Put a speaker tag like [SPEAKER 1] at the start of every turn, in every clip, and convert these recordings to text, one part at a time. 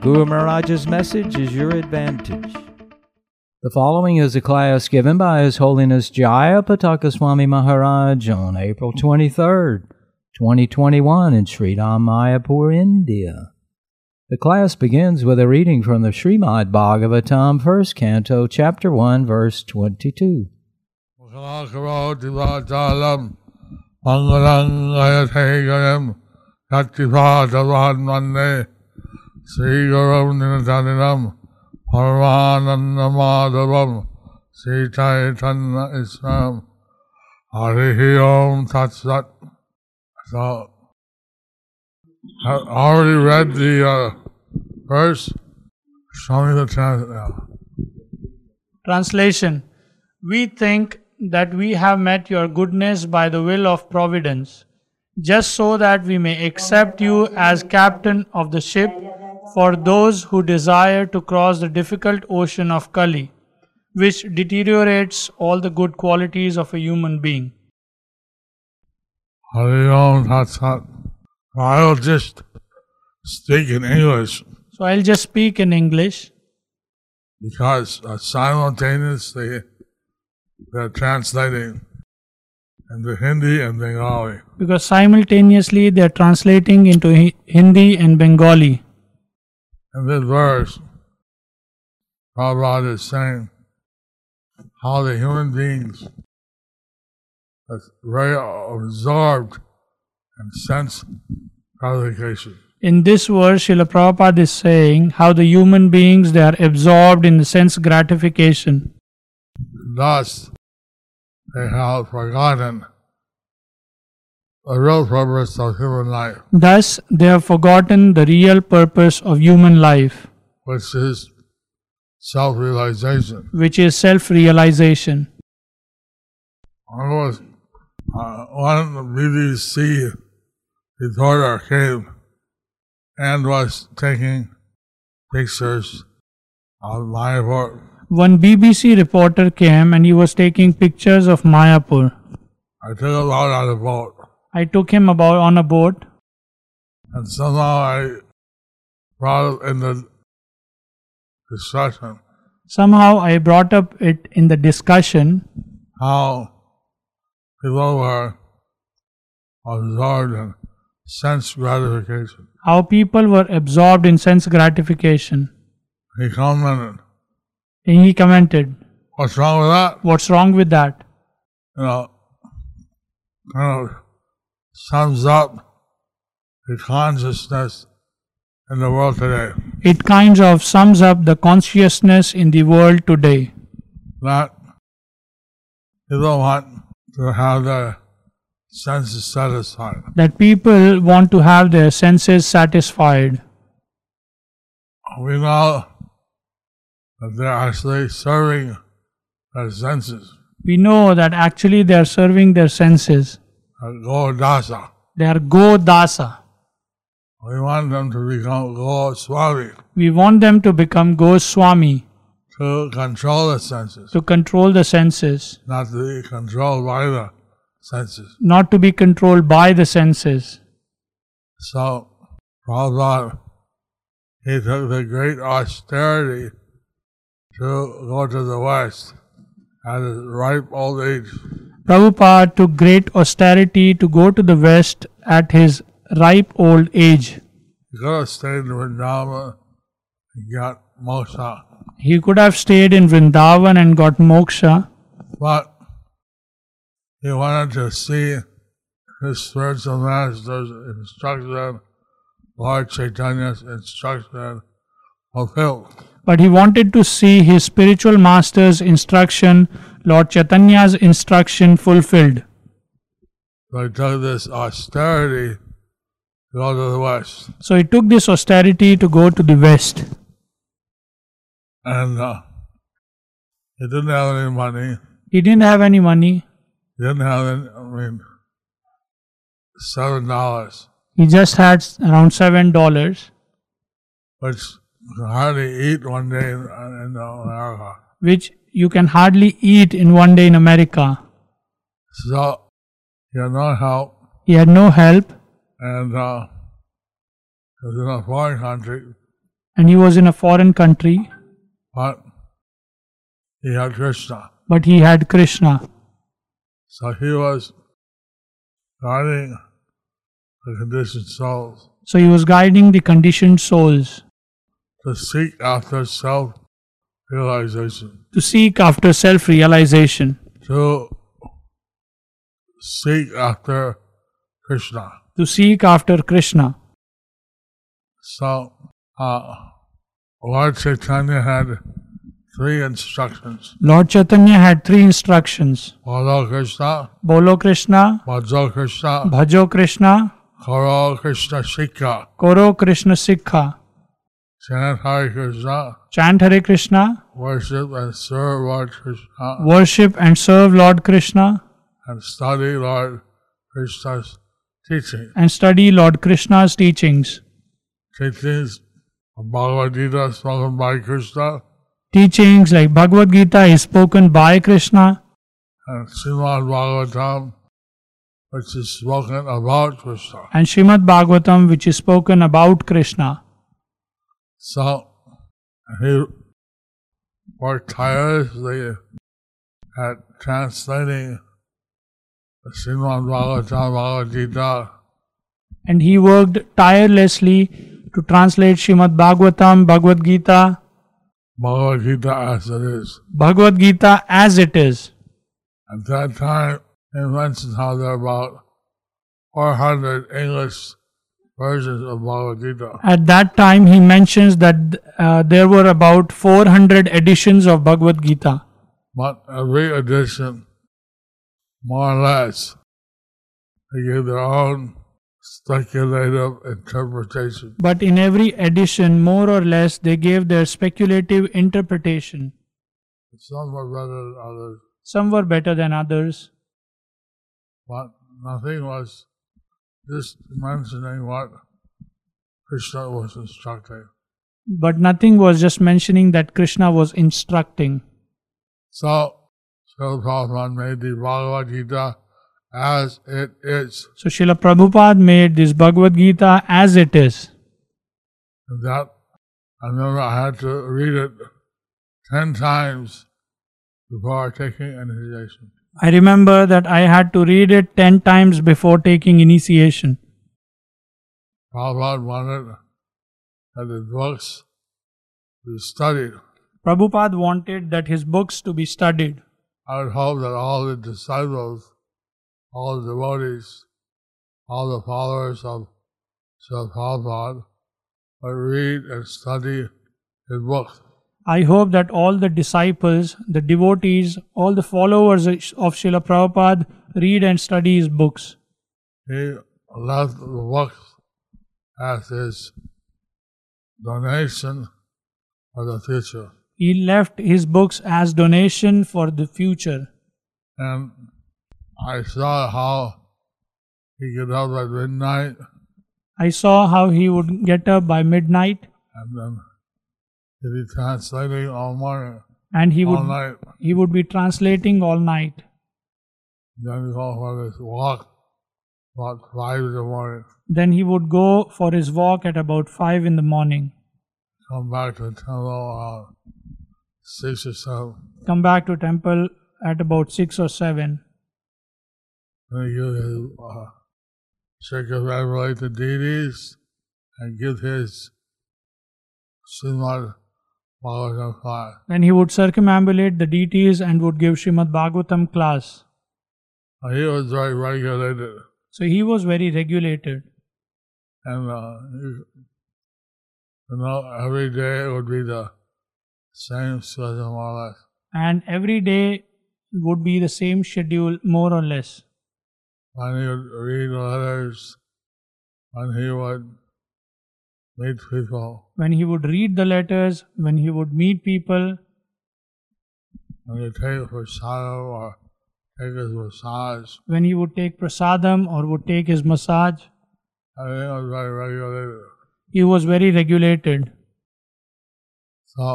[SPEAKER 1] Guru Maharaj's message is your advantage. The following is a class given by His Holiness Jaya Pataka Swami Maharaj on April 23rd, 2021 in Sri Mayapur, India. The class begins with a reading from the Srimad Bhagavatam, 1st Canto, Chapter 1, Verse 22.
[SPEAKER 2] मुखलाकरोति वाचालम् अङ्गरङ्गयथैकरम् शक्तिपादवान्वन्दे श्रीगुरुं निरतनिरम् परमानन्दमाधवम् श्रीचैतन्न इस्मम् हरिः ओं तत्सत् So, I already read the uh, verse. Show me the uh, translation.
[SPEAKER 3] Translation We think that we have met your goodness by the will of providence, just so that we may accept you as captain of the ship for those who desire to cross the difficult ocean of Kali, which deteriorates all the good qualities of a human being.
[SPEAKER 2] Hare Om Tat Sat. I'll just speak in English
[SPEAKER 3] So I'll just speak in English
[SPEAKER 2] because uh, simultaneously they're translating into Hindi and Bengali.
[SPEAKER 3] because simultaneously they are translating into Hi- Hindi and Bengali.
[SPEAKER 2] In this verse, Prabhupada is saying how the human beings are very absorbed in sense gratification.
[SPEAKER 3] In this verse, Srila Prabhupada is saying how the human beings they are absorbed in the sense gratification.
[SPEAKER 2] Thus, they have forgotten the real purpose of human life,
[SPEAKER 3] Thus, they have forgotten the real purpose of human life,
[SPEAKER 2] which is self realization.
[SPEAKER 3] which is self realization.
[SPEAKER 2] One was uh, one BBC reporter came and was taking pictures of my work.
[SPEAKER 3] One BBC reporter came and he was taking pictures of Mayapur.
[SPEAKER 2] I took a lot out of the boat,
[SPEAKER 3] I took him about on a boat
[SPEAKER 2] and somehow I brought it in the discussion.
[SPEAKER 3] Somehow I brought up it in the discussion
[SPEAKER 2] how people were absorbed in sense gratification.
[SPEAKER 3] how people were absorbed in sense gratification.
[SPEAKER 2] He commented,
[SPEAKER 3] And he commented,
[SPEAKER 2] "What's wrong with that?"
[SPEAKER 3] What's wrong with that?
[SPEAKER 2] You know, kind of sums up the consciousness in the world today.
[SPEAKER 3] It kind of sums up the consciousness in the world today.
[SPEAKER 2] That people want to have their senses satisfied.
[SPEAKER 3] That people want to have their senses satisfied.
[SPEAKER 2] We know that they're actually serving their senses.
[SPEAKER 3] We know that actually they are serving their senses.
[SPEAKER 2] Godasa.
[SPEAKER 3] They are go dasa.
[SPEAKER 2] We want them to become Goswami
[SPEAKER 3] We want them to become Goswami,
[SPEAKER 2] to control the senses,
[SPEAKER 3] to control the senses,
[SPEAKER 2] not to be controlled by the senses.
[SPEAKER 3] not to be controlled by the senses.
[SPEAKER 2] So, Prabhupada, he took the great austerity to go to the West at his ripe old age.
[SPEAKER 3] Prabhupada took great austerity to go to the West at his ripe old age.
[SPEAKER 2] He could have stayed in Vrindavan and got moksha,
[SPEAKER 3] He could have stayed in Vrindavan and got moksha,
[SPEAKER 2] but he wanted to see his spiritual master's instruction, Lord Chaitanya's instruction fulfilled.
[SPEAKER 3] but he wanted to see his spiritual master's instruction, Lord Chaitanya's instruction fulfilled.
[SPEAKER 2] So he took this austerity to go to the West.
[SPEAKER 3] So he took this austerity to go to the West.
[SPEAKER 2] and uh, he didn't have any money.
[SPEAKER 3] He didn't have any money.
[SPEAKER 2] He didn't have any, I mean, seven dollars,
[SPEAKER 3] He just had s- around seven dollars,
[SPEAKER 2] which you can hardly eat one day in, in America.
[SPEAKER 3] which you can hardly eat in one day in America.
[SPEAKER 2] So he had no help,
[SPEAKER 3] He had no help,
[SPEAKER 2] and uh, he was in a foreign country,
[SPEAKER 3] and he was in a foreign country,
[SPEAKER 2] but he had Krishna.
[SPEAKER 3] but he had Krishna.
[SPEAKER 2] So he was guiding the conditioned souls
[SPEAKER 3] So he was guiding the conditioned souls
[SPEAKER 2] to seek after self realization,
[SPEAKER 3] to seek after self realization,
[SPEAKER 2] to seek after Krishna.
[SPEAKER 3] to seek after Krishna.
[SPEAKER 2] So uh, Lord Chaitanya had three instructions.
[SPEAKER 3] Lord Chaitanya had three instructions
[SPEAKER 2] Follow Krishna,
[SPEAKER 3] Bolo Krishna,
[SPEAKER 2] Bhajo Krishna,
[SPEAKER 3] Bhajo Krishna,
[SPEAKER 2] Karo Krishna Shikha,
[SPEAKER 3] Koro Krishna Sikha,
[SPEAKER 2] chant Hare Krishna,
[SPEAKER 3] chant Hare Krishna,
[SPEAKER 2] worship and serve Lord Krishna.
[SPEAKER 3] worship and serve Lord Krishna,
[SPEAKER 2] and study Lord Krishna's teaching.
[SPEAKER 3] and study Lord Krishna's teachings.
[SPEAKER 2] Teachings of Bhagavad Gita spoken by Krishna
[SPEAKER 3] Teachings like Bhagavad Gita is spoken by Krishna
[SPEAKER 2] and Srimad Bhagavatam, which is spoken about Krishna.
[SPEAKER 3] and Srimad Bhagavatam, which is spoken about Krishna.
[SPEAKER 2] So he worked tirelessly at translating the Srimad Bhagavatam, Bhagavad Gita,
[SPEAKER 3] And he worked tirelessly to translate Srimad Bhagavatam, Bhagavad Gita,
[SPEAKER 2] Bhagavad Gita as it is.
[SPEAKER 3] Bhagavad Gita as it is.
[SPEAKER 2] At that time, it mentions how there are about 400 English versions of Bhagavad Gita.
[SPEAKER 3] At that time, he mentions that uh, there were about 400 editions of Bhagavad Gita,
[SPEAKER 2] But every edition, more or less, they give their own speculative interpretation.
[SPEAKER 3] but in every edition, more or less, they gave their speculative interpretation.
[SPEAKER 2] Some were better than others,
[SPEAKER 3] Some were better than others,
[SPEAKER 2] but nothing was just mentioning what Krishna was instructing.
[SPEAKER 3] but nothing was just mentioning that Krishna was instructing.
[SPEAKER 2] So, Srila Prabhupada made the Bhagavad Gita as it is.
[SPEAKER 3] So, Srila Prabhupada made this Bhagavad Gita as it is.
[SPEAKER 2] And that I remember I had to read it ten times before taking initiation.
[SPEAKER 3] I remember that I had to read it 10 times before taking initiation.
[SPEAKER 2] Prabhupada wanted that the books be studied.
[SPEAKER 3] Prabhupada wanted that his books to be studied.
[SPEAKER 2] I would hope that all the disciples, all the devotees, all the followers of Srila Prabhupada would read and study his books.
[SPEAKER 3] I hope that all the disciples, the devotees, all the followers of Srila Prabhupada read and study his books.
[SPEAKER 2] He left the books as his donation for the future.
[SPEAKER 3] He left his books as donation for the future.
[SPEAKER 2] And I saw how he get up at midnight
[SPEAKER 3] I saw how he would get up by midnight
[SPEAKER 2] and then he'd be translating all morning,
[SPEAKER 3] and he
[SPEAKER 2] all
[SPEAKER 3] would
[SPEAKER 2] night.
[SPEAKER 3] he would be translating all night.
[SPEAKER 2] Then he go for this walk about five in the morning,
[SPEAKER 3] Then he would go for his walk at about 5 in the morning,
[SPEAKER 2] come back to the temple around six or seven,
[SPEAKER 3] come back to temple at about 6 or 7.
[SPEAKER 2] and he give his uh, shake of relate to deities and give his Srimad Bhagavatam class.
[SPEAKER 3] Then he would circumambulate the deities and would give Srimad Bhagavatam class.
[SPEAKER 2] Uh, He was very regulated.
[SPEAKER 3] So he was very regulated.
[SPEAKER 2] And uh, you you know, every day it would be the same schedule more or less.
[SPEAKER 3] and every day would be the same schedule more or less
[SPEAKER 2] When he would read letters, when he would meet people,
[SPEAKER 3] when he would read the letters, when he would meet people,
[SPEAKER 2] and you take prasadam or take his massage.
[SPEAKER 3] when he would take prasadam or would take his massage,
[SPEAKER 2] Everything was very regulated.
[SPEAKER 3] he was very regulated.
[SPEAKER 2] So,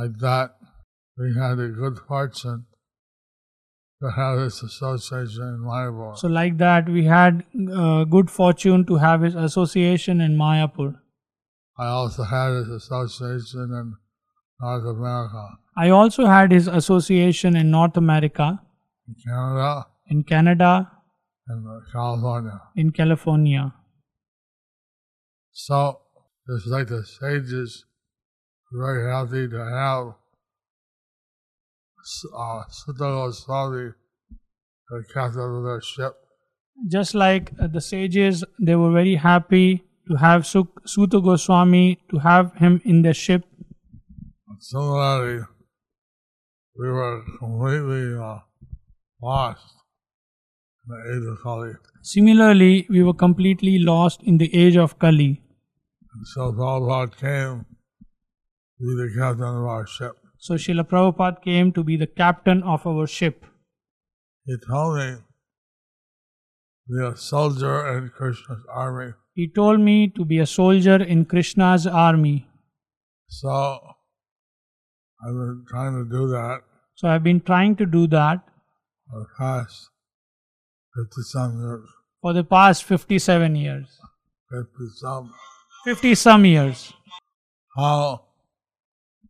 [SPEAKER 2] like that, we had the good fortune to have this association in Mayapur.
[SPEAKER 3] So, like that, we had uh, good fortune to have his association in Mayapur.
[SPEAKER 2] I also had this association in North America,
[SPEAKER 3] I also had his association in North America,
[SPEAKER 2] in Canada,
[SPEAKER 3] in Canada,
[SPEAKER 2] and California.
[SPEAKER 3] in California.
[SPEAKER 2] So, just like the sages, very healthy to have s- uh, Siddha Goswami, the captain of their ship,
[SPEAKER 3] Just like uh, the sages, they were very happy to have Su- Suta Goswami, to have him in their ship.
[SPEAKER 2] Similarly, we were completely uh, lost in the age of Kali.
[SPEAKER 3] Similarly, we were completely lost in the age of Kali.
[SPEAKER 2] And so Prabhupada came to be the captain of our ship.
[SPEAKER 3] So Srila Prabhupada came to be the captain of our ship.
[SPEAKER 2] He told me to be a soldier in Krishna's army.
[SPEAKER 3] He told me to be a soldier in Krishna's army.
[SPEAKER 2] So I've been trying to do that
[SPEAKER 3] So I've been trying to do that
[SPEAKER 2] for the past 50 some years.
[SPEAKER 3] for the past 57 years.
[SPEAKER 2] 50 some.
[SPEAKER 3] 50 some years.
[SPEAKER 2] how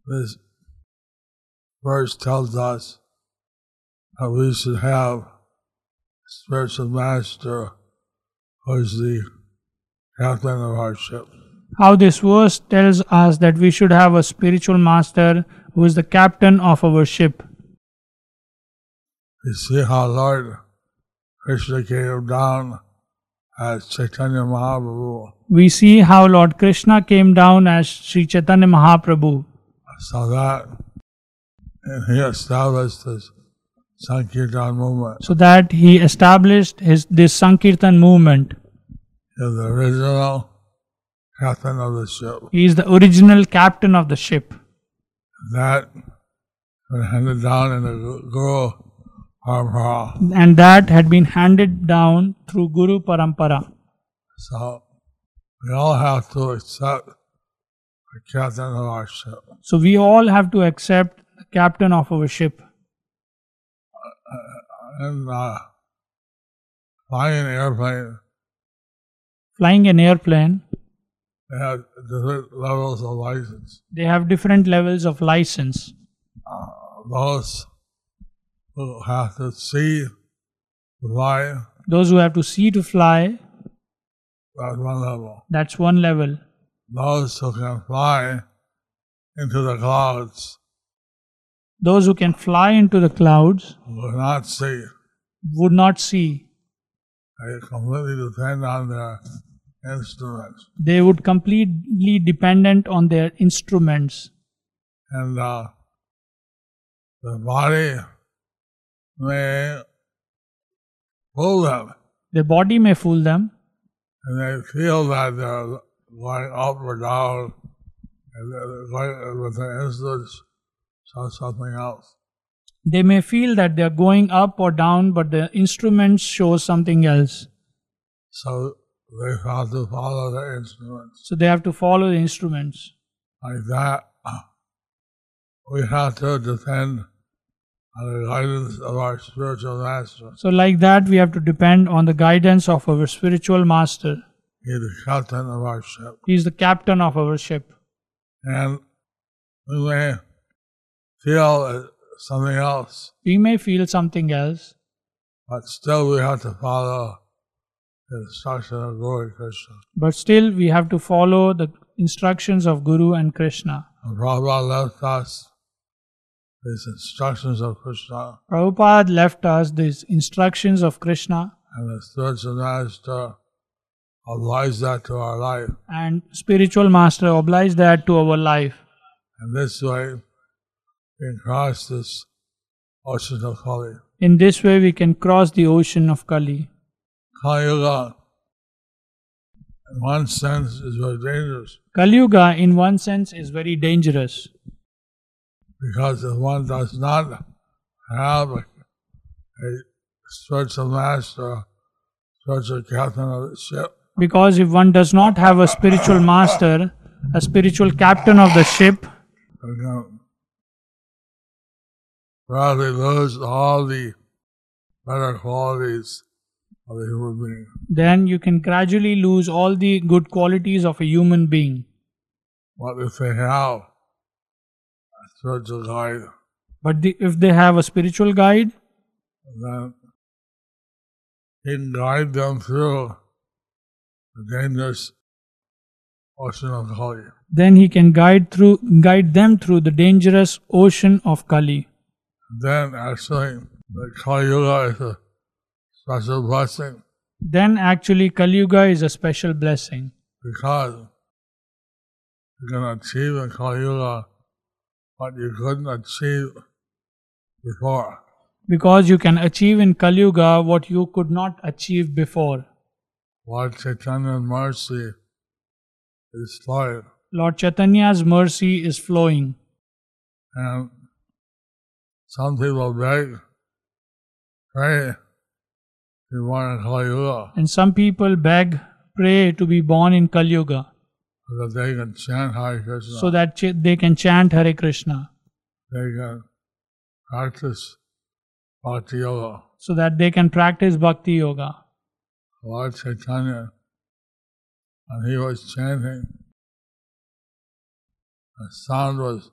[SPEAKER 2] this verse tells us that we should have a spiritual master who is the captain of our ship.
[SPEAKER 3] How this verse tells us that we should have a spiritual master who is the captain of our ship.
[SPEAKER 2] You see how Lord Krishna came down as Chaitanya Mahaprabhu.
[SPEAKER 3] We see how Lord Krishna came down as Sri Chaitanya Mahaprabhu.
[SPEAKER 2] So that and he established this Sankirtan movement.
[SPEAKER 3] so that he established his this Sankirtan movement.
[SPEAKER 2] He is the original captain of the ship.
[SPEAKER 3] He is the original captain of the ship.
[SPEAKER 2] that was handed down in the Guru Parampara.
[SPEAKER 3] And that had been handed down through Guru Parampara.
[SPEAKER 2] So we all have to accept the captain of our ship.
[SPEAKER 3] So we all have to accept the captain of our ship.
[SPEAKER 2] And uh, flying an airplane,
[SPEAKER 3] Flying an airplane,
[SPEAKER 2] they have different levels of license.
[SPEAKER 3] they have different levels of license.
[SPEAKER 2] Those who have to see the fly,
[SPEAKER 3] Those who have to see to fly,
[SPEAKER 2] that's one level.
[SPEAKER 3] that's one level.
[SPEAKER 2] Those who can fly into the clouds,
[SPEAKER 3] Those who can fly into the clouds
[SPEAKER 2] who cannot see,
[SPEAKER 3] would not see.
[SPEAKER 2] They completely depend on their instruments.
[SPEAKER 3] They would completely dependent on their instruments.
[SPEAKER 2] And uh, the body may pull them,
[SPEAKER 3] Their body may fool them,
[SPEAKER 2] and they feel that they're going up or down, and they're going with their instruments to something else.
[SPEAKER 3] They may feel that they are going up or down, but the instruments show something else.
[SPEAKER 2] So they have to follow the instruments.
[SPEAKER 3] So they have to follow the instruments.
[SPEAKER 2] Like that, we have to depend on the guidance of our spiritual masters.
[SPEAKER 3] So, like that, we have to depend on the guidance of our spiritual master.
[SPEAKER 2] He's the captain of our ship.
[SPEAKER 3] He is the captain of our ship.
[SPEAKER 2] And we may feel uh, something else,
[SPEAKER 3] We may feel something else,
[SPEAKER 2] but still we have to follow the instruction of Guru Krishna.
[SPEAKER 3] but still we have to follow the instructions of Guru and Krishna.
[SPEAKER 2] And Prabhupada left us these instructions of Krishna
[SPEAKER 3] Prabhupada left us these instructions of Krishna,
[SPEAKER 2] and the spiritual master applies that to our life.
[SPEAKER 3] and spiritual master obliged that to our life.
[SPEAKER 2] And this way we can cross this ocean of Kali.
[SPEAKER 3] In this way, we can cross the ocean of Kali.
[SPEAKER 2] Kali Yuga in one sense is very dangerous
[SPEAKER 3] Kalyuga, in one sense, is very dangerous
[SPEAKER 2] because if one does not have a, a spiritual master, spiritual captain of the ship,
[SPEAKER 3] because if one does not have a spiritual master, a spiritual captain of the ship,
[SPEAKER 2] you can rather lose all the better qualities of the human being.
[SPEAKER 3] then you can gradually lose all the good qualities of a human being.
[SPEAKER 2] But if they have a spiritual guide,
[SPEAKER 3] But the, if they have a spiritual guide,
[SPEAKER 2] then he can guide them through the dangerous ocean of Kali.
[SPEAKER 3] then he can guide through guide them through the dangerous ocean of Kali.
[SPEAKER 2] Then actually, the Kali Yuga is a uh, special blessing
[SPEAKER 3] Then actually Kali Yuga is a special blessing
[SPEAKER 2] because you can achieve in Kali Yuga uh, what you couldn't achieve before.
[SPEAKER 3] because you can achieve in Kali Yuga what you could not achieve before.
[SPEAKER 2] Lord Chaitanya mercy is Lord,
[SPEAKER 3] Lord Chaitanya's mercy is flowing.
[SPEAKER 2] and some people beg, pray, they want to call you uh, up
[SPEAKER 3] And some people beg, pray to be born in Kali Yuga
[SPEAKER 2] so that they can chant Hare Krishna,
[SPEAKER 3] so that ch- they can chant Hare Krishna,
[SPEAKER 2] they can practice Bhakti Yoga.
[SPEAKER 3] so that they can practice Bhakti Yoga.
[SPEAKER 2] Lord Chaitanya, and he was chanting. The sound was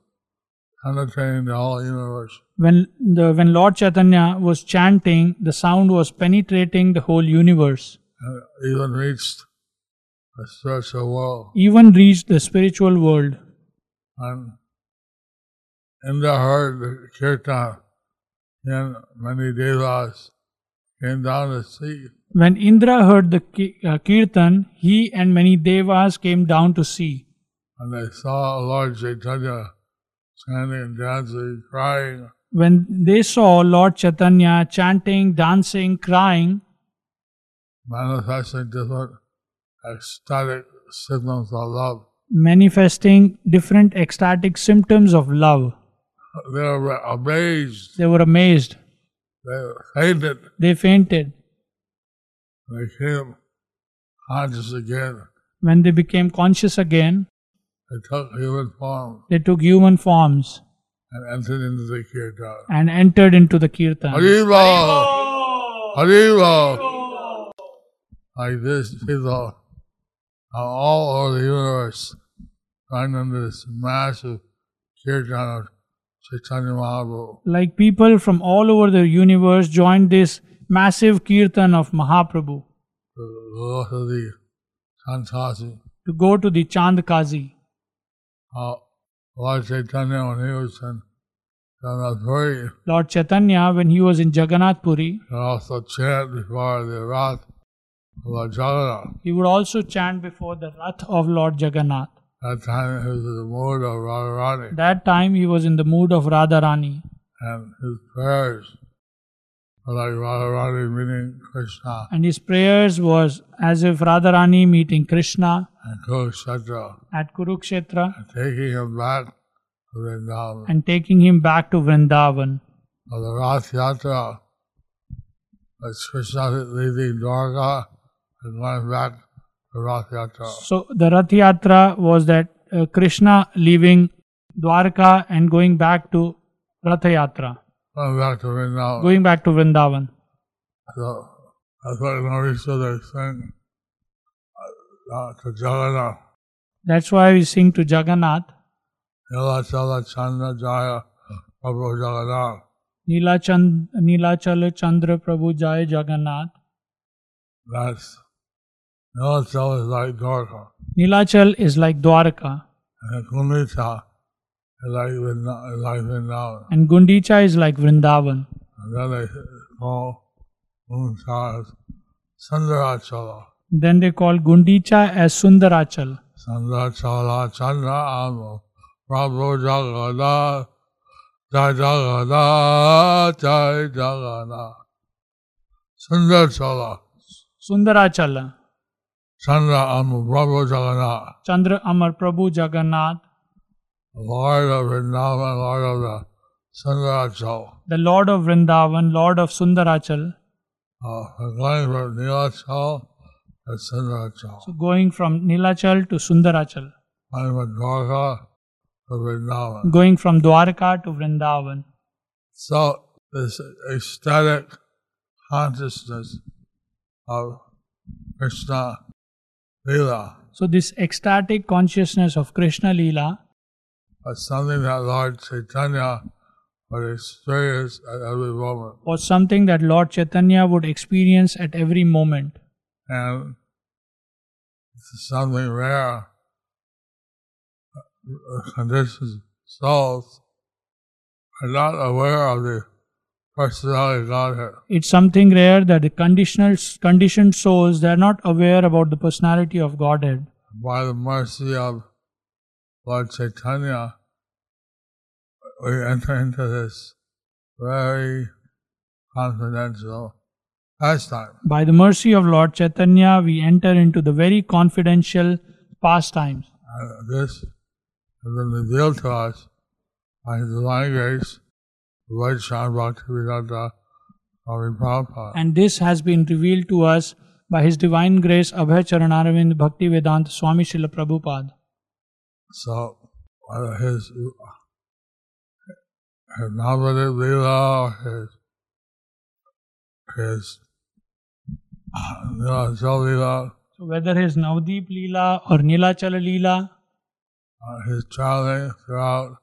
[SPEAKER 2] penetrating the whole universe.
[SPEAKER 3] When, the, when Lord Chaitanya was chanting, the sound was penetrating the whole universe,
[SPEAKER 2] and even reached the spiritual world.
[SPEAKER 3] even reached the spiritual world.
[SPEAKER 2] And Indra heard the kirtan, and many devas came down to see.
[SPEAKER 3] When Indra heard the ki- uh, kirtan, he and many devas came down to see.
[SPEAKER 2] And they saw Lord Chaitanya chanting, dancing, crying.
[SPEAKER 3] When they saw Lord Chaitanya chanting, dancing, crying,
[SPEAKER 2] manifesting different ecstatic signals of love.
[SPEAKER 3] manifesting different ecstatic symptoms of love,
[SPEAKER 2] They were amazed.
[SPEAKER 3] they were amazed.
[SPEAKER 2] They fainted.
[SPEAKER 3] They fainted.
[SPEAKER 2] They came conscious again.
[SPEAKER 3] When they became conscious again,
[SPEAKER 2] They took human form
[SPEAKER 3] they took human forms
[SPEAKER 2] and entered into the kirtan.
[SPEAKER 3] and entered into the kirtan.
[SPEAKER 2] Haribo! Haribo! Like this, people are all over the universe trying under this massive kirtan of Chaitanya Mahaprabhu.
[SPEAKER 3] Like people from all over the universe joined this massive kirtan of Mahaprabhu
[SPEAKER 2] to go to the Santasi.
[SPEAKER 3] to go to the Chandkazi.
[SPEAKER 2] Uh, Lord Chaitanya, when he was in Janatpuri,
[SPEAKER 3] Lord Chaitanya, when he was in Jagannath Puri,
[SPEAKER 2] he also chanted before the wrath of Lord Jagannath.
[SPEAKER 3] he would also chant before the Rath of Lord Jagannath.
[SPEAKER 2] That time he was in the mood of Radharani,
[SPEAKER 3] That time he was in the mood of Radharani.
[SPEAKER 2] and his um, prayers were like Radharani meaning Krishna
[SPEAKER 3] and his prayers was as if Radharani meeting Krishna
[SPEAKER 2] and Kurukshetra,
[SPEAKER 3] at Kurukshetra
[SPEAKER 2] and taking him back to Vrindavan.
[SPEAKER 3] and taking him back to Vrindavan.
[SPEAKER 2] of the Rath Yatra, that's Krishna leaving Dwarka and going back to Rath Yatra.
[SPEAKER 3] So the Rath Yatra was that uh, Krishna leaving Dwarka and going back to Rath Yatra,
[SPEAKER 2] Going back to Vrindavan.
[SPEAKER 3] going back to Vrindavan.
[SPEAKER 2] so that's why in Orissa they sing uh, to Jagannath.
[SPEAKER 3] That's why we sing to Jagannath,
[SPEAKER 2] Yala Chala Chandra Jaya Prabhu Jagannath.
[SPEAKER 3] Nila Chand- Nilachala Chandra Prabhu Jaya Jagannath.
[SPEAKER 2] That's Yala Chala is like Dwarka.
[SPEAKER 3] Nilachal is like Dwarka
[SPEAKER 2] And Kundita is like Vrinda- is like Vrindavan.
[SPEAKER 3] and Gundicha is like Vrindavan.
[SPEAKER 2] And then they call Moonsars Sundarachala.
[SPEAKER 3] Then they call Gundicha as Sundarachal.
[SPEAKER 2] Sundarachala Chandra Amo Prabhu Jagada Jai Jagada Jai Jagada Sundarachala
[SPEAKER 3] Sundarachala.
[SPEAKER 2] Chandra Am Prabhu Jagannath,
[SPEAKER 3] Chandra Amar Prabhu Jagannath,
[SPEAKER 2] Lord of Vrindavan, Lord of the Sundarachal,
[SPEAKER 3] the Lord of Vrindavan, Lord of Sundarachal.
[SPEAKER 2] uh, we're going from Nilachal to Sundarachal,
[SPEAKER 3] So going from Nilachal to Sundarachal,
[SPEAKER 2] going from Dwarka to Vrindavan.
[SPEAKER 3] going from Dwarka to Vrindavan.
[SPEAKER 2] So this ecstatic consciousness of Krishna Leela
[SPEAKER 3] So this ecstatic consciousness of Krishna Leela
[SPEAKER 2] was something that Lord Chaitanya would experience at every moment.
[SPEAKER 3] was something that Lord Chaitanya would experience at every moment.
[SPEAKER 2] And it's something rare uh, conditioned souls are not aware of the personality of Godhead.
[SPEAKER 3] It's something rare that the conditional, conditioned souls they are not aware about the personality of Godhead.
[SPEAKER 2] by the mercy of Lord Chaitanya, we enter into this very confidential pastime.
[SPEAKER 3] By the mercy of Lord Chaitanya, we enter into the very confidential pastimes.
[SPEAKER 2] And this has been revealed to us by His divine grace, the Lord Sri Bhaktivedanta Swami Prabhupada.
[SPEAKER 3] And this has been revealed to us by His Divine Grace Abhay Charanaravind Bhaktivedanta Swami Srila Prabhupada.
[SPEAKER 2] So, whether his uh, his nominative Leela or his his uh, Leela Leela,
[SPEAKER 3] So whether his Navdeep Leela or Nilachala Leela
[SPEAKER 2] uh, his traveling throughout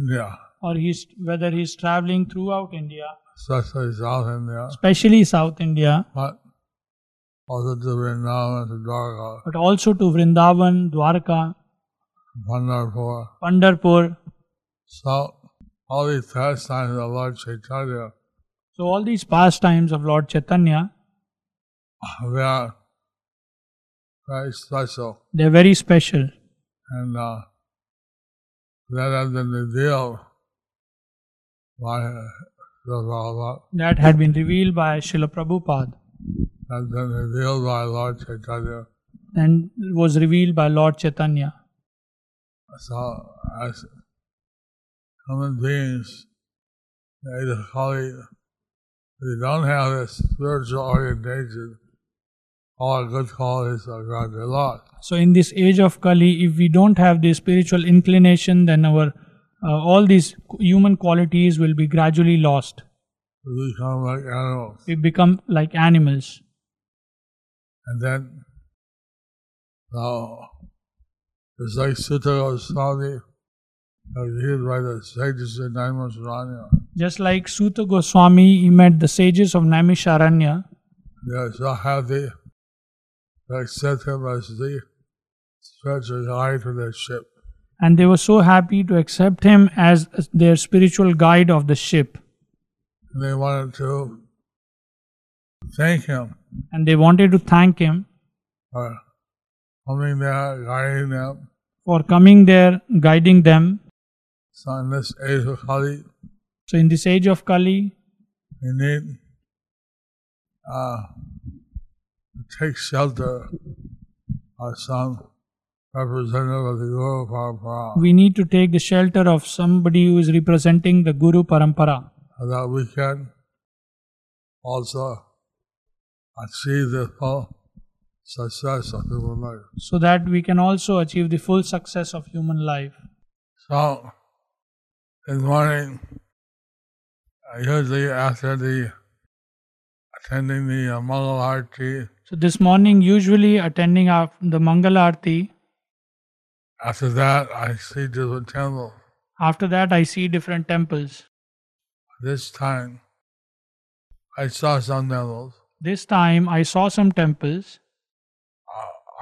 [SPEAKER 2] India,
[SPEAKER 3] or he's, whether he's traveling throughout India,
[SPEAKER 2] especially South India,
[SPEAKER 3] especially South India,
[SPEAKER 2] but also to Vrindavan, to Dwarka,
[SPEAKER 3] but also to Vrindavan, Dwarka,
[SPEAKER 2] Pandharpur.
[SPEAKER 3] Pandharpur.
[SPEAKER 2] So, all these pastimes of Lord Chaitanya,
[SPEAKER 3] So all these pastimes of Lord Chaitanya,
[SPEAKER 2] they are very special.
[SPEAKER 3] they're very special.
[SPEAKER 2] and uh, that has been revealed by Srila
[SPEAKER 3] That had been revealed by Srila Prabhupada
[SPEAKER 2] has been revealed by Lord Chaitanya.
[SPEAKER 3] and was revealed by Lord Chaitanya.
[SPEAKER 2] So, as human beings, they just call it, they don't have this spiritual orientation. All good qualities are granted lost.
[SPEAKER 3] So in this age of Kali, if we don't have this spiritual inclination, then our uh, all these human qualities will be gradually lost.
[SPEAKER 2] We become like animals.
[SPEAKER 3] We become like animals.
[SPEAKER 2] And then, so, it's like Sutta Goswami, like he was by the sages in Naimasharanya.
[SPEAKER 3] Just like Sutta Goswami, he met the sages of Naimisharanya.
[SPEAKER 2] They are so happy to accept him as the spiritual guide for their ship.
[SPEAKER 3] and they were so happy to accept him as their spiritual guide of the ship
[SPEAKER 2] And they wanted to thank him
[SPEAKER 3] and they wanted to thank him
[SPEAKER 2] for coming there, guiding them.
[SPEAKER 3] for coming there guiding them
[SPEAKER 2] So in this age of Kali,
[SPEAKER 3] so in this age of kali
[SPEAKER 2] we need uh, to take shelter of some representative of the Guru Parampara
[SPEAKER 3] we need to take the shelter of somebody who is representing the guru parampara
[SPEAKER 2] so that we can also achieve the full success of human life.
[SPEAKER 3] so that we can also achieve the full success of human life
[SPEAKER 2] So, this morning, uh, usually after the attending the uh, Mangal Arati,
[SPEAKER 3] so this morning usually attending our, the mangal arti
[SPEAKER 2] after that I see the temple.
[SPEAKER 3] after that i see different temples
[SPEAKER 2] This time, I saw some devils.
[SPEAKER 3] this time i saw some temples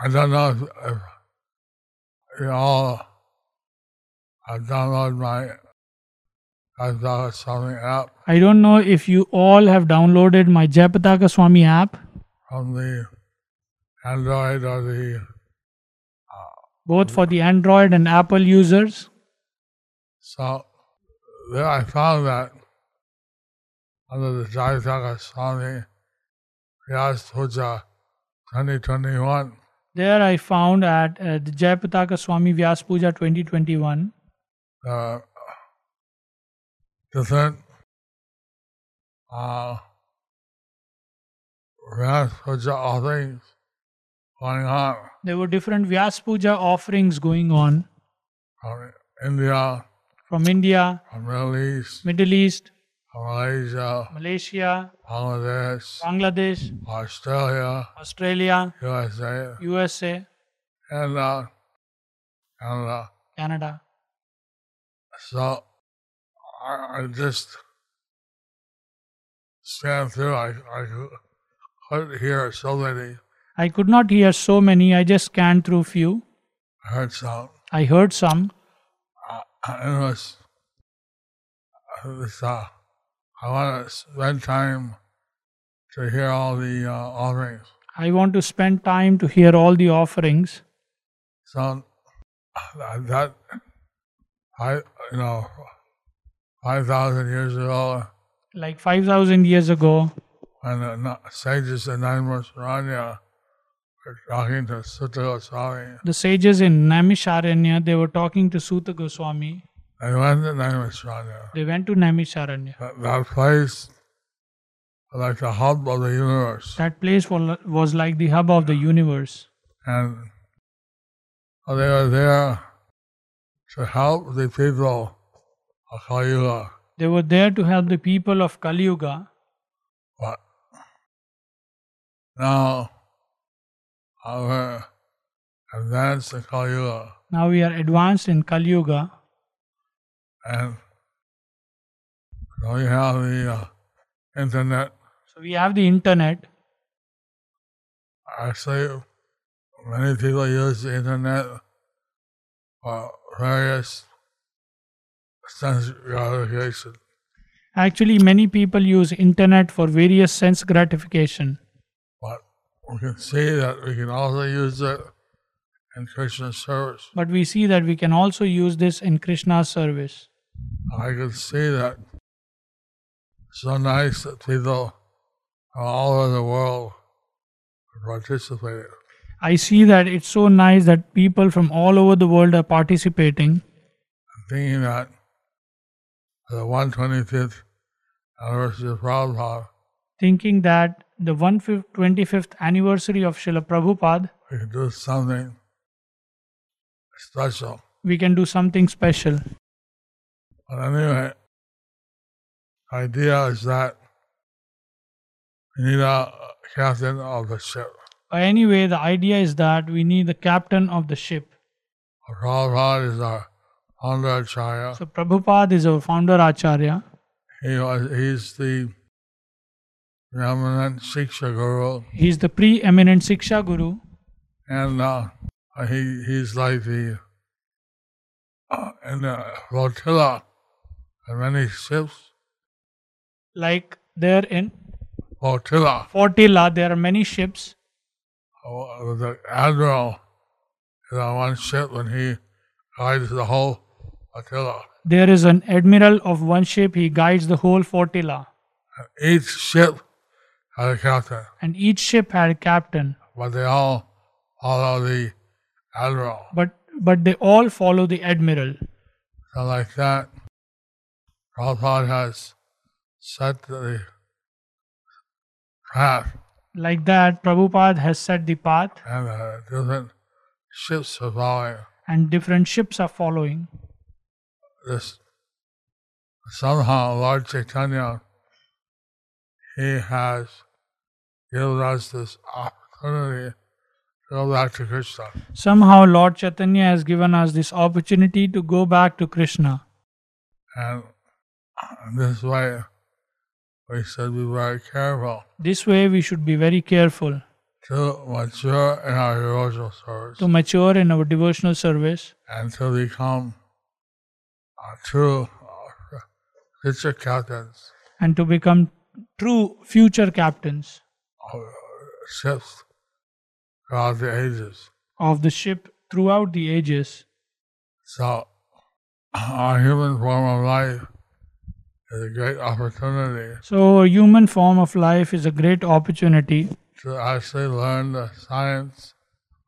[SPEAKER 2] I don't know if, if you all have downloaded my Azara Swami app
[SPEAKER 3] I don't know if you all have downloaded my Jayapataka Swami app.
[SPEAKER 2] from the Android or the.
[SPEAKER 3] both for the Android and Apple users.
[SPEAKER 2] So there I found that under the Jayataka Swami Vyas Puja 2021.
[SPEAKER 3] There I found at uh, the Jayapataka Swami Vyas Puja 2021
[SPEAKER 2] uh, different uh, Vyas Puja offerings going on
[SPEAKER 3] there were different Vyas Puja offerings going on
[SPEAKER 2] from India,
[SPEAKER 3] from India,
[SPEAKER 2] from Middle East,
[SPEAKER 3] Middle East,
[SPEAKER 2] from Malaysia,
[SPEAKER 3] Malaysia,
[SPEAKER 2] Bangladesh,
[SPEAKER 3] Bangladesh,
[SPEAKER 2] Australia,
[SPEAKER 3] Australia,
[SPEAKER 2] USA,
[SPEAKER 3] USA,
[SPEAKER 2] and uh, and uh,
[SPEAKER 3] Canada.
[SPEAKER 2] so I, I just stand through. I I couldn't hear so many.
[SPEAKER 3] I could not hear so many. I just scanned through few.
[SPEAKER 2] I heard some.
[SPEAKER 3] I heard some.
[SPEAKER 2] Uh, it was it's, uh, I want to spend time to hear all the uh, offerings.
[SPEAKER 3] I want to spend time to hear all the offerings.
[SPEAKER 2] So uh, that I you know five thousand years ago
[SPEAKER 3] Like 5,000 years ago,
[SPEAKER 2] when the na- sages in Naimisharanya were talking to Sutta Goswami,
[SPEAKER 3] the sages in Naimisharanya, they were talking to Sutta Goswami.
[SPEAKER 2] they went to Naimisharanya.
[SPEAKER 3] They went to Naimisharanya.
[SPEAKER 2] That, that place was like the hub of the universe.
[SPEAKER 3] That place wa- was like the hub of the universe.
[SPEAKER 2] And they were there to help the people of Kali Yuga.
[SPEAKER 3] They were there to help the people of Kali Yuga.
[SPEAKER 2] But now our advanced in Kali Yuga
[SPEAKER 3] Now we are advanced in Kali Yuga.
[SPEAKER 2] and now you have the uh, internet.
[SPEAKER 3] So we have the internet.
[SPEAKER 2] Actually, many people use the internet for various sense gratification.
[SPEAKER 3] Actually, many people use internet for various sense gratification.
[SPEAKER 2] But we can see that we can also use it in Krishna's service.
[SPEAKER 3] But we see that we can also use this in Krishna's service.
[SPEAKER 2] I can see that so nice that people from all over the world participate.
[SPEAKER 3] I see that it's so nice that people from all over the world are participating.
[SPEAKER 2] Thinking that the 125th anniversary of Prabhupada,
[SPEAKER 3] thinking that the 125th 25th anniversary of Srila Prabhupada,
[SPEAKER 2] we can do something special.
[SPEAKER 3] we can do something special.
[SPEAKER 2] But anyway, the idea is that we need a captain of the ship.
[SPEAKER 3] But anyway, the idea is that we need the captain of the ship.
[SPEAKER 2] Prabhupada is our founder Acharya.
[SPEAKER 3] So Prabhupada is our founder Acharya.
[SPEAKER 2] He was, he's the preeminent Shiksha Guru,
[SPEAKER 3] He is the preeminent Siksha Guru.
[SPEAKER 2] and uh, he, he's like the uh, in the flotilla and many ships.
[SPEAKER 3] Like there in
[SPEAKER 2] Flotilla
[SPEAKER 3] Fortila, there are many ships.
[SPEAKER 2] uh, the admiral is on one ship, and he guides the whole flotilla.
[SPEAKER 3] There is an admiral of one ship. He guides the whole Fortila.
[SPEAKER 2] Each ship has a captain,
[SPEAKER 3] And each ship had a captain.
[SPEAKER 2] but they all follow the admiral.
[SPEAKER 3] But, but they all follow the admiral.
[SPEAKER 2] So like that, Prabhupada has set the path
[SPEAKER 3] Like that, Prabhupada has set the path.
[SPEAKER 2] and the different ships are following
[SPEAKER 3] and different ships are following.
[SPEAKER 2] this. Somehow Lord Chaitanya, he has given us this opportunity to go back to Krishna.
[SPEAKER 3] Somehow, Lord Chaitanya has given us this opportunity to go back to Krishna.
[SPEAKER 2] And in this way, we should be very careful
[SPEAKER 3] This way, we should be very careful
[SPEAKER 2] to mature in our devotional service.
[SPEAKER 3] to mature in our devotional service
[SPEAKER 2] and to become uh, true uh, future captains
[SPEAKER 3] and to become true future captains
[SPEAKER 2] of ships throughout the ages.
[SPEAKER 3] of the ship throughout the ages.
[SPEAKER 2] So, our human form of life is a great opportunity
[SPEAKER 3] So, a human form of life is a great opportunity
[SPEAKER 2] to actually learn the science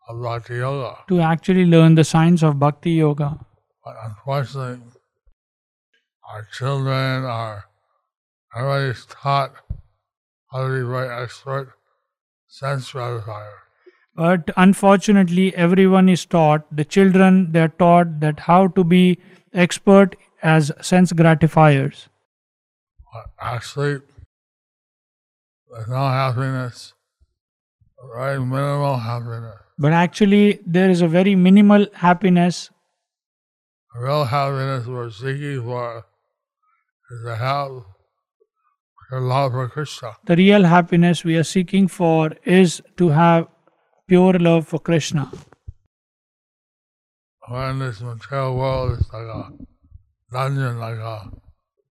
[SPEAKER 2] of Bhakti Yoga.
[SPEAKER 3] to actually learn the science of Bhakti Yoga.
[SPEAKER 2] But unfortunately, our children are everybody's taught how to be very expert sense gratifier.
[SPEAKER 3] But unfortunately, everyone is taught, the children, they're taught that how to be expert as sense gratifiers.
[SPEAKER 2] But actually, there's no happiness, very minimal happiness.
[SPEAKER 3] But actually, there is a very minimal happiness.
[SPEAKER 2] real happiness we're seeking for is to have the love for Krishna.
[SPEAKER 3] The real happiness we are seeking for is to have pure love for Krishna.
[SPEAKER 2] When this material world is like a dungeon, like a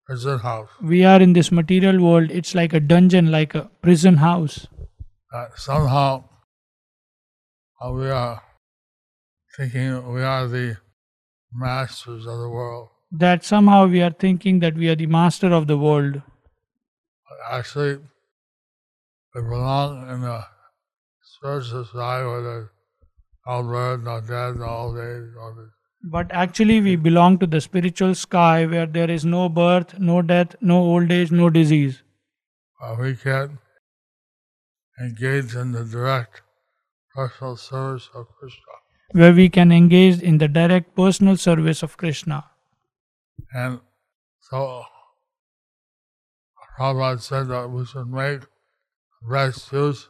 [SPEAKER 2] prison house,
[SPEAKER 3] We are in this material world, it's like a dungeon, like a prison house.
[SPEAKER 2] that somehow uh, we are thinking we are the masters of the world.
[SPEAKER 3] That somehow we are thinking that we are the master of the world.
[SPEAKER 2] But actually, we belong in a spiritual society where there's no birth, no death, no old age, no disease.
[SPEAKER 3] But actually, we belong to the spiritual sky where there is no birth, no death, no old age, no disease.
[SPEAKER 2] Uh, we can engage in the direct personal service of Krishna.
[SPEAKER 3] Where we can engage in the direct personal service of Krishna.
[SPEAKER 2] And so Prabhupada said that we should make best use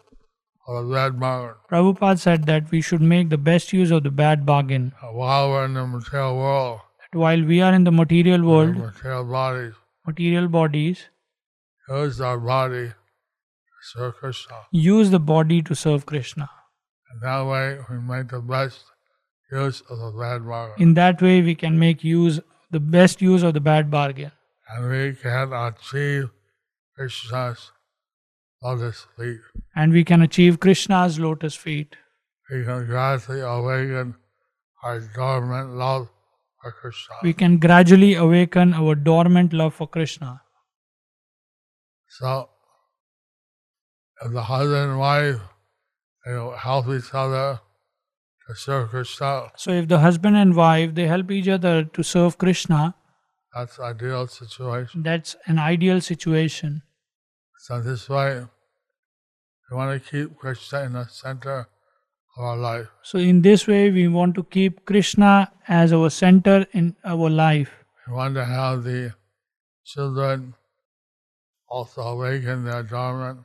[SPEAKER 2] of the red bargain.
[SPEAKER 3] Prabhupada said that we should make the best use of the bad bargain.
[SPEAKER 2] Uh, While we're in the material world,
[SPEAKER 3] That while we are in the material
[SPEAKER 2] the
[SPEAKER 3] world,
[SPEAKER 2] material bodies,
[SPEAKER 3] material bodies,
[SPEAKER 2] use our body to serve Krishna.
[SPEAKER 3] use the body to serve Krishna.
[SPEAKER 2] And that way we make the best use of the red bargain.
[SPEAKER 3] In that way, we can make use the best use of the bad bargain,
[SPEAKER 2] and we can achieve Krishna's lotus feet.
[SPEAKER 3] and we can achieve Krishna's lotus feet.
[SPEAKER 2] We can gradually awaken our dormant love for Krishna.
[SPEAKER 3] We can gradually awaken our dormant love for Krishna.
[SPEAKER 2] so, if the husband and wife you know, help each other to serve Krishna,
[SPEAKER 3] So if the husband and wife they help each other to serve Krishna,
[SPEAKER 2] that's ideal situation.
[SPEAKER 3] that's an ideal situation.
[SPEAKER 2] So this way, we want to keep Krishna in the center of our life.
[SPEAKER 3] So in this way we want to keep Krishna as our center in our life.
[SPEAKER 2] We want to have the children also awaken their dormant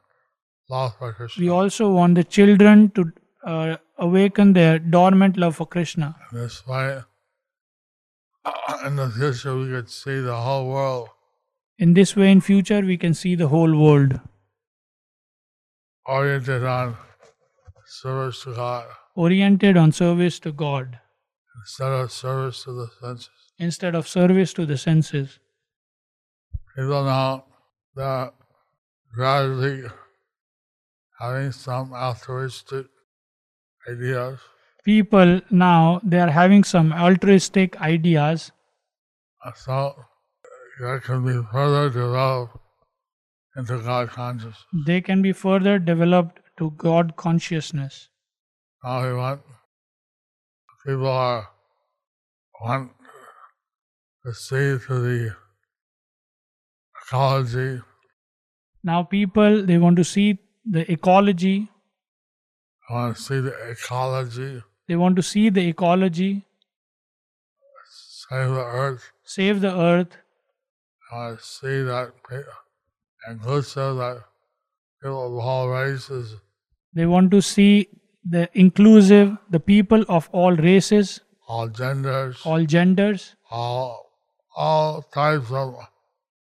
[SPEAKER 2] love for Krishna.
[SPEAKER 3] We also want the children to uh, awaken their dormant love for Krishna.
[SPEAKER 2] That's why in the future we could see the whole world
[SPEAKER 3] In this way in future we can see the whole world
[SPEAKER 2] oriented on service to God
[SPEAKER 3] oriented on service to God
[SPEAKER 2] instead of service to the senses.
[SPEAKER 3] instead of service to the senses.
[SPEAKER 2] People now that gradually having some altruistic ideas
[SPEAKER 3] People now they are having some altruistic ideas
[SPEAKER 2] and so uh, that can be further developed into God consciousness.
[SPEAKER 3] they can be further developed to God consciousness.
[SPEAKER 2] Now we want people are want to see to the ecology
[SPEAKER 3] Now, people they want to see the ecology,
[SPEAKER 2] I want to see the ecology,
[SPEAKER 3] they want to see the ecology,
[SPEAKER 2] save the earth.
[SPEAKER 3] save the earth.
[SPEAKER 2] I want to see that pe- inclusive, that people of all races
[SPEAKER 3] They want to see the inclusive, the people of all races,
[SPEAKER 2] all genders, all
[SPEAKER 3] all genders,
[SPEAKER 2] all, types of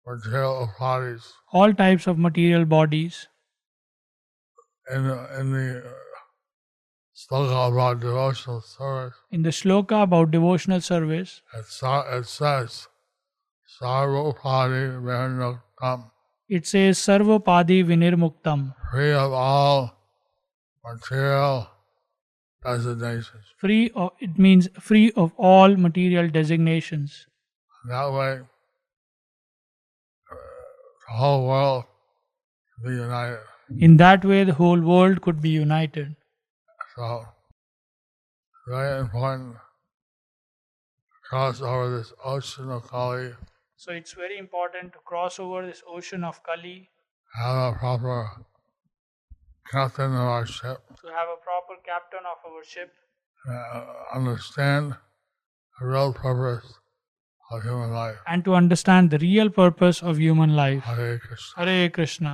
[SPEAKER 2] material bodies
[SPEAKER 3] all types of material bodies.
[SPEAKER 2] in, the- in the uh, slogan about devotional service.
[SPEAKER 3] In the shloka about devotional service,
[SPEAKER 2] It, sa- it says, Sarvapadi Virinuktam,
[SPEAKER 3] it says Sarvapadi Vinirmuktam,
[SPEAKER 2] free of all material designations.
[SPEAKER 3] free of it means free of all material designations.
[SPEAKER 2] That way, uh, the whole world can be united.
[SPEAKER 3] In that way, the whole world could be united.
[SPEAKER 2] So, very important to cross over this ocean of Kali,
[SPEAKER 3] So it's very important to cross over this ocean of Kali
[SPEAKER 2] have a proper captain of our ship,
[SPEAKER 3] to have a proper captain of our ship
[SPEAKER 2] uh, understand the real purpose of human life.
[SPEAKER 3] and to understand the real purpose of human life.
[SPEAKER 2] Hare Krishna.
[SPEAKER 3] Hare Krishna.